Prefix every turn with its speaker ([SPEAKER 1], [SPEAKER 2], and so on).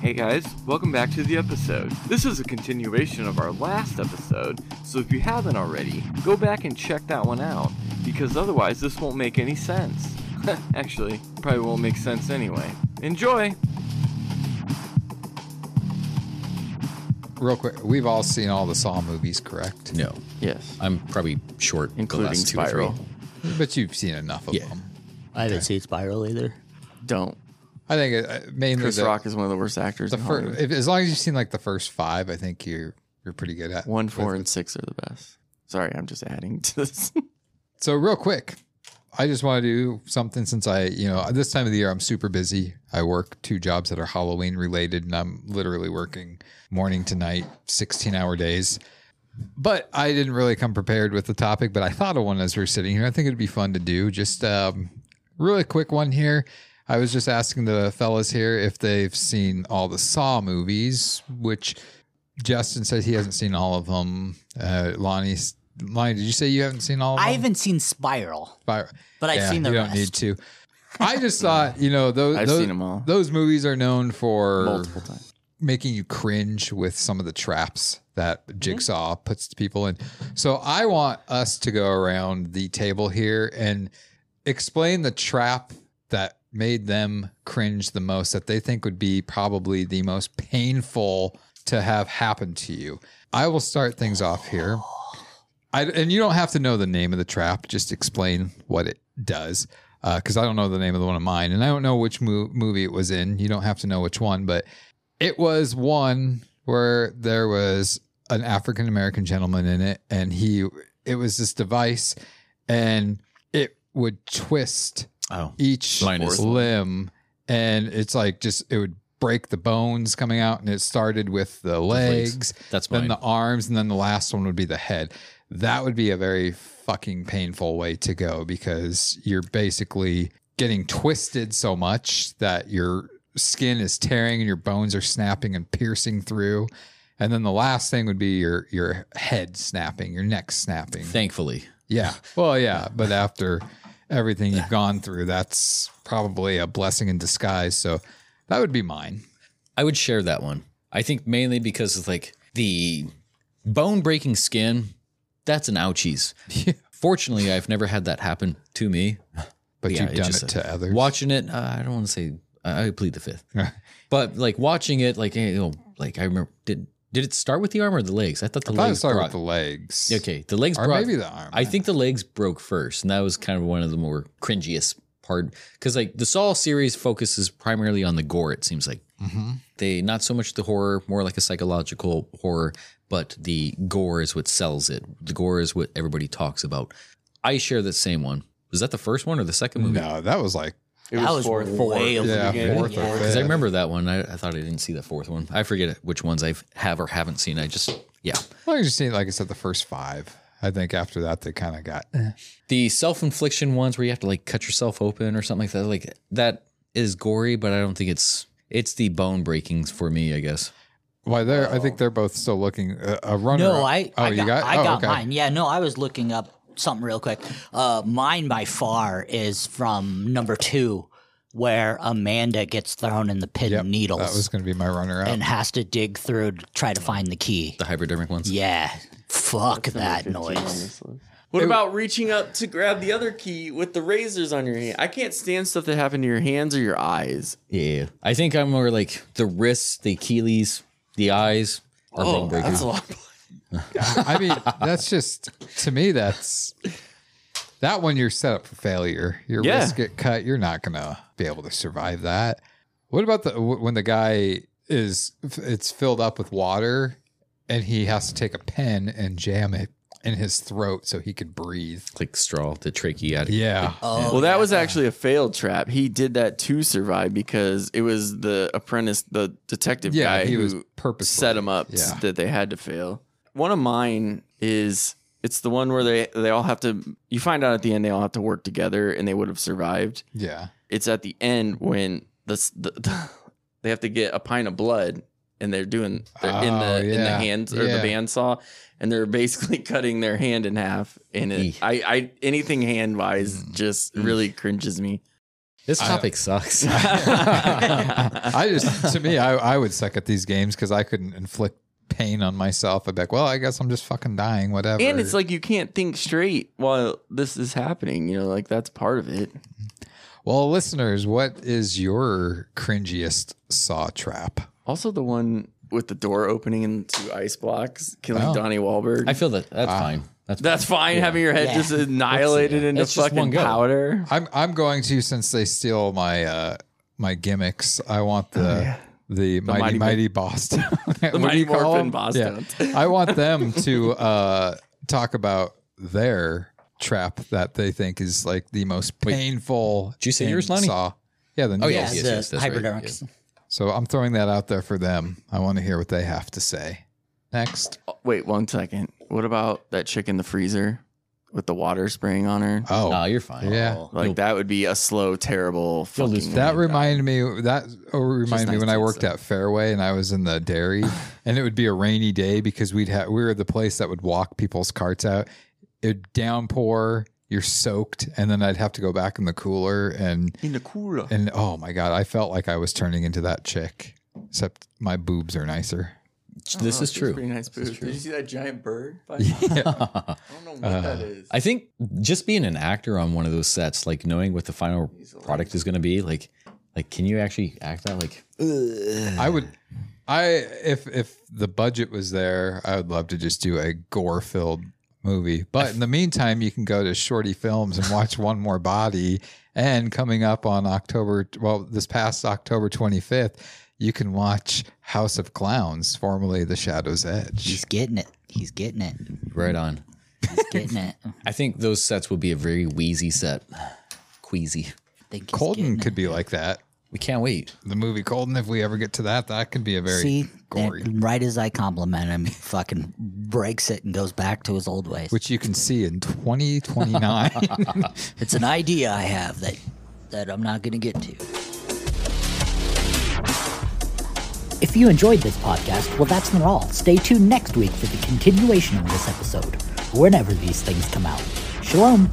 [SPEAKER 1] Hey guys, welcome back to the episode. This is a continuation of our last episode, so if you haven't already, go back and check that one out, because otherwise this won't make any sense. Actually, probably won't make sense anyway. Enjoy!
[SPEAKER 2] Real quick, we've all seen all the Saw movies, correct?
[SPEAKER 3] No,
[SPEAKER 1] Yes.
[SPEAKER 3] I'm probably short. the
[SPEAKER 1] Including
[SPEAKER 3] last two or
[SPEAKER 1] Spiral.
[SPEAKER 3] three.
[SPEAKER 2] But you've seen enough of
[SPEAKER 3] Yeah.
[SPEAKER 2] them.
[SPEAKER 4] I haven't seen Spiral either.
[SPEAKER 1] Don't.
[SPEAKER 2] I think uh, mainly
[SPEAKER 1] Chris
[SPEAKER 2] the,
[SPEAKER 1] Rock is one of the worst actors
[SPEAKER 2] the
[SPEAKER 1] in
[SPEAKER 2] fir-
[SPEAKER 1] Hollywood.
[SPEAKER 2] if, as long as you've seen like the first five, I think you're you're pretty good at
[SPEAKER 1] One, four,
[SPEAKER 2] with-
[SPEAKER 1] and six are the best. Sorry, I'm just adding to this.
[SPEAKER 2] So real quick, I just want to do something since I, you know, this time of the year I'm super busy. I work two jobs that are Halloween related and I'm literally working morning to night, 16-hour days. But I didn't really come prepared with the topic, but I thought of one as we are sitting here. I think it'd be fun to do. Just um really quick one here. I was just asking the fellas here if they've seen all the Saw movies, which Justin says he hasn't seen all of them. Uh, Lonnie, Lonnie, did you say you haven't seen all of them?
[SPEAKER 4] I haven't seen Spiral,
[SPEAKER 2] Fire-
[SPEAKER 4] but I've
[SPEAKER 2] Yeah,
[SPEAKER 4] seen the
[SPEAKER 2] you
[SPEAKER 4] rest.
[SPEAKER 2] don't need to. I just thought, you know, those
[SPEAKER 1] I've
[SPEAKER 2] those,
[SPEAKER 1] seen them all.
[SPEAKER 2] those movies are known for
[SPEAKER 1] Multiple times.
[SPEAKER 2] making you cringe with some of the traps that Jigsaw puts people in. So I want us to go around the table here and explain the trap that made them cringe the most that they think would be probably the most painful to have happen to you. I will start things off here. I, and you don't have to know the name of the trap. Just explain what it does, because Uh, I don't know the name of the one of mine, and I don't know which mo- movie it was in. You don't have to know which one, but it was one where there was an African American gentleman in it, and he it was this device, and it would twist
[SPEAKER 3] Oh,
[SPEAKER 2] each
[SPEAKER 3] Mine is-
[SPEAKER 2] limb, and it's like just it would break the bones coming out, and it started with the
[SPEAKER 3] legs.
[SPEAKER 2] legs
[SPEAKER 3] that's
[SPEAKER 2] then
[SPEAKER 3] mine.
[SPEAKER 2] the arms, and then the last one would be the head. That would be a very fucking painful way to go because you're basically getting twisted so much that your skin is tearing and your bones are snapping and piercing through. And then the last thing would be your your head snapping, your neck snapping.
[SPEAKER 3] Thankfully,
[SPEAKER 2] Yeah. Well, yeah, but after everything you've gone through, that's probably a blessing in disguise. So that would be mine.
[SPEAKER 3] I would share that one. I think mainly because it's like the bone breaking skin. That's an ouchies. Fortunately, I've never had that happen to me.
[SPEAKER 2] But
[SPEAKER 3] Yeah,
[SPEAKER 2] you've
[SPEAKER 3] it
[SPEAKER 2] done it,
[SPEAKER 3] just-
[SPEAKER 2] to others.
[SPEAKER 3] Watching it, uh, I don't want to say I I plead the fifth, but like watching it, like you know, like I remember did did it start with the arm or the legs? I thought the
[SPEAKER 2] I thought it
[SPEAKER 3] legs.
[SPEAKER 2] started with
[SPEAKER 3] brought-
[SPEAKER 2] the legs.
[SPEAKER 3] okay, the legs
[SPEAKER 2] Or
[SPEAKER 3] brought-
[SPEAKER 2] maybe the arm.
[SPEAKER 3] I think the legs broke first, and that was kind of one of the more cringiest part because like the Saw series focuses primarily on the gore. It seems like
[SPEAKER 2] Mm-hmm.
[SPEAKER 3] they not so much the horror, more like a psychological horror, but the gore is what sells it. The gore is what everybody talks about. I share that same one. Was that the first one or the second movie?
[SPEAKER 2] No, that was like
[SPEAKER 1] It
[SPEAKER 4] that was way over
[SPEAKER 2] yeah,
[SPEAKER 4] the beginning.
[SPEAKER 2] fourth
[SPEAKER 4] Yeah.
[SPEAKER 2] or
[SPEAKER 3] Because
[SPEAKER 2] fifth.
[SPEAKER 3] I remember that one. I, I thought I didn't see the fourth one. I forget which ones I have or haven't seen. I just, yeah.
[SPEAKER 2] Well, I just seen, like I said, the first five. I think after that they kind of got. eh.
[SPEAKER 3] the self-infliction ones where you have to like cut yourself open or something like that like that is gory but i don't think it's it's the bone breakings for me i guess
[SPEAKER 2] Why they're? I
[SPEAKER 4] Oh.
[SPEAKER 2] think they're both still looking uh, a runner.
[SPEAKER 4] No, I,
[SPEAKER 2] Oh,
[SPEAKER 4] I
[SPEAKER 2] you
[SPEAKER 4] got,
[SPEAKER 2] got.
[SPEAKER 4] I
[SPEAKER 2] oh,
[SPEAKER 4] got
[SPEAKER 2] okay.
[SPEAKER 4] mine. Yeah, no, I was looking up something real quick. Uh, mine by far is from number two, where Amanda gets thrown in the pit
[SPEAKER 2] Yep,
[SPEAKER 4] of needles
[SPEAKER 2] That was going to be my runner up.
[SPEAKER 4] and has to dig through to try to find the key.
[SPEAKER 3] the hypodermic ones
[SPEAKER 4] Yeah, fuck that noise.
[SPEAKER 5] What about reaching up to grab the other key with the razors on your hand? I can't stand stuff that happened to your hands or your eyes.
[SPEAKER 3] yeah i think i'm more like the wrists the achilles the eyes are bone breakers
[SPEAKER 5] lot.
[SPEAKER 2] I mean, that's just to me. That's that one. You're set up for failure. Your
[SPEAKER 5] Yeah.
[SPEAKER 2] wrists get cut. You're not going to be able to survive that. What about the wh- when the guy is? It's filled up with water, and he has to take a pen and jam it in his throat so he could breathe.
[SPEAKER 3] like straw the trachea
[SPEAKER 2] Yeah.
[SPEAKER 4] Oh,
[SPEAKER 5] Well, that was actually a failed trap. He did that to survive because it was the apprentice, the detective
[SPEAKER 2] yeah,
[SPEAKER 5] guy
[SPEAKER 2] he
[SPEAKER 5] who
[SPEAKER 2] was purposeful.
[SPEAKER 5] set them up so
[SPEAKER 2] Yeah.
[SPEAKER 5] that they had to fail. One of mine is it's the one where they they all have to. You find out at the end they all have to work together and they would have survived.
[SPEAKER 2] Yeah.
[SPEAKER 5] it's at the end when the, s- the, the they have to get a pint of blood and they're doing they're in
[SPEAKER 2] Oh,
[SPEAKER 5] the in the
[SPEAKER 2] yeah.
[SPEAKER 5] hands or
[SPEAKER 2] Yeah.
[SPEAKER 5] the bandsaw and they're basically cutting their hand in half and it,
[SPEAKER 3] Eek.
[SPEAKER 5] I I anything hand wise just really cringes me.
[SPEAKER 3] This topic sucks.
[SPEAKER 2] I just, to me, I, I would suck at these games because I couldn't inflict pain on myself. I'd be like, well, I guess I'm just fucking dying, whatever.
[SPEAKER 5] And it's like you can't think straight while this is happening. You know, like that's part of it.
[SPEAKER 2] well, listeners, what is your cringiest saw trap?
[SPEAKER 5] Also, the one with the door opening and two ice blocks killing
[SPEAKER 2] Oh.
[SPEAKER 5] Donnie Wahlberg.
[SPEAKER 3] I feel that that's fine. That's
[SPEAKER 5] that's fine. Having your head
[SPEAKER 4] Yeah.
[SPEAKER 5] just annihilated into
[SPEAKER 3] It's just one
[SPEAKER 5] fucking
[SPEAKER 3] go.
[SPEAKER 5] powder.
[SPEAKER 2] I'm I'm going to since they steal my uh my gimmicks. I want the the, mighty
[SPEAKER 5] Mighty
[SPEAKER 2] mighty,
[SPEAKER 5] Mo-
[SPEAKER 2] Boston. the
[SPEAKER 5] Mighty Morphin Boston.
[SPEAKER 2] I want them to uh talk about their trap that they think is like the most painful.
[SPEAKER 3] Did you say
[SPEAKER 2] in
[SPEAKER 3] yours, Lonnie?
[SPEAKER 2] Saw. Yeah, the
[SPEAKER 3] Oh,
[SPEAKER 2] oh,
[SPEAKER 3] yeah.
[SPEAKER 2] yeah.
[SPEAKER 3] yes,
[SPEAKER 4] the
[SPEAKER 3] yes, that's right,
[SPEAKER 4] hypodermics.
[SPEAKER 2] So I'm throwing that out there for them. I want to hear what they have to say. Next.
[SPEAKER 5] Oh, Wait one second. What about that chick in the freezer with the water spraying on her?
[SPEAKER 2] Oh,
[SPEAKER 3] no, you're fine.
[SPEAKER 2] Yeah.
[SPEAKER 3] You'll-
[SPEAKER 5] Like that would be a slow, terrible.
[SPEAKER 3] You'll
[SPEAKER 5] Fucking
[SPEAKER 3] lose
[SPEAKER 2] That reminded me. That oh, reminded me
[SPEAKER 5] nice
[SPEAKER 2] when I
[SPEAKER 5] tits,
[SPEAKER 2] worked
[SPEAKER 5] though.
[SPEAKER 2] at Fairway and I was in the dairy, and it would be a rainy day because we'd have we were the place that would walk people's carts out. It'd downpour. You're soaked, and then I'd have to go back in the cooler and
[SPEAKER 5] in the cooler.
[SPEAKER 2] and oh my god, I felt like I was turning into that chick, except my boobs are nicer.
[SPEAKER 5] oh,
[SPEAKER 3] This is true.
[SPEAKER 5] Ah, Pretty nice booth. Did you see that giant bird? I don't know what that is.
[SPEAKER 3] I think just being an actor on one of those sets, like knowing what the final product is going to be, like, like can you actually act that? Like,
[SPEAKER 2] I would, I if if the budget was there, I would love to just do a gore filled movie. But in the meantime, you can go to Shorty Films and watch One More Body. And coming up on October, well, this past October twenty fifth, you can watch House of Clowns, formerly The Shadow's Edge.
[SPEAKER 4] He's getting it. He's getting it.
[SPEAKER 3] right on.
[SPEAKER 4] He's getting it. I
[SPEAKER 3] I think those sets would be a very wheezy set, queasy.
[SPEAKER 4] think he's
[SPEAKER 2] Colton
[SPEAKER 4] getting
[SPEAKER 2] could be like that.
[SPEAKER 3] We can't wait.
[SPEAKER 2] The movie Colton, if we ever get to that, that could be a
[SPEAKER 4] it.
[SPEAKER 2] very
[SPEAKER 4] See, that-
[SPEAKER 2] gory.
[SPEAKER 4] right as I compliment him, he fucking breaks it and goes back to his old ways.
[SPEAKER 2] Which you can see in 2029.
[SPEAKER 4] It's an idea I have that that I'm not going to get to. If you enjoyed this podcast, well, that's not all. Stay tuned next week for the continuation of this episode, whenever these things come out. Shalom.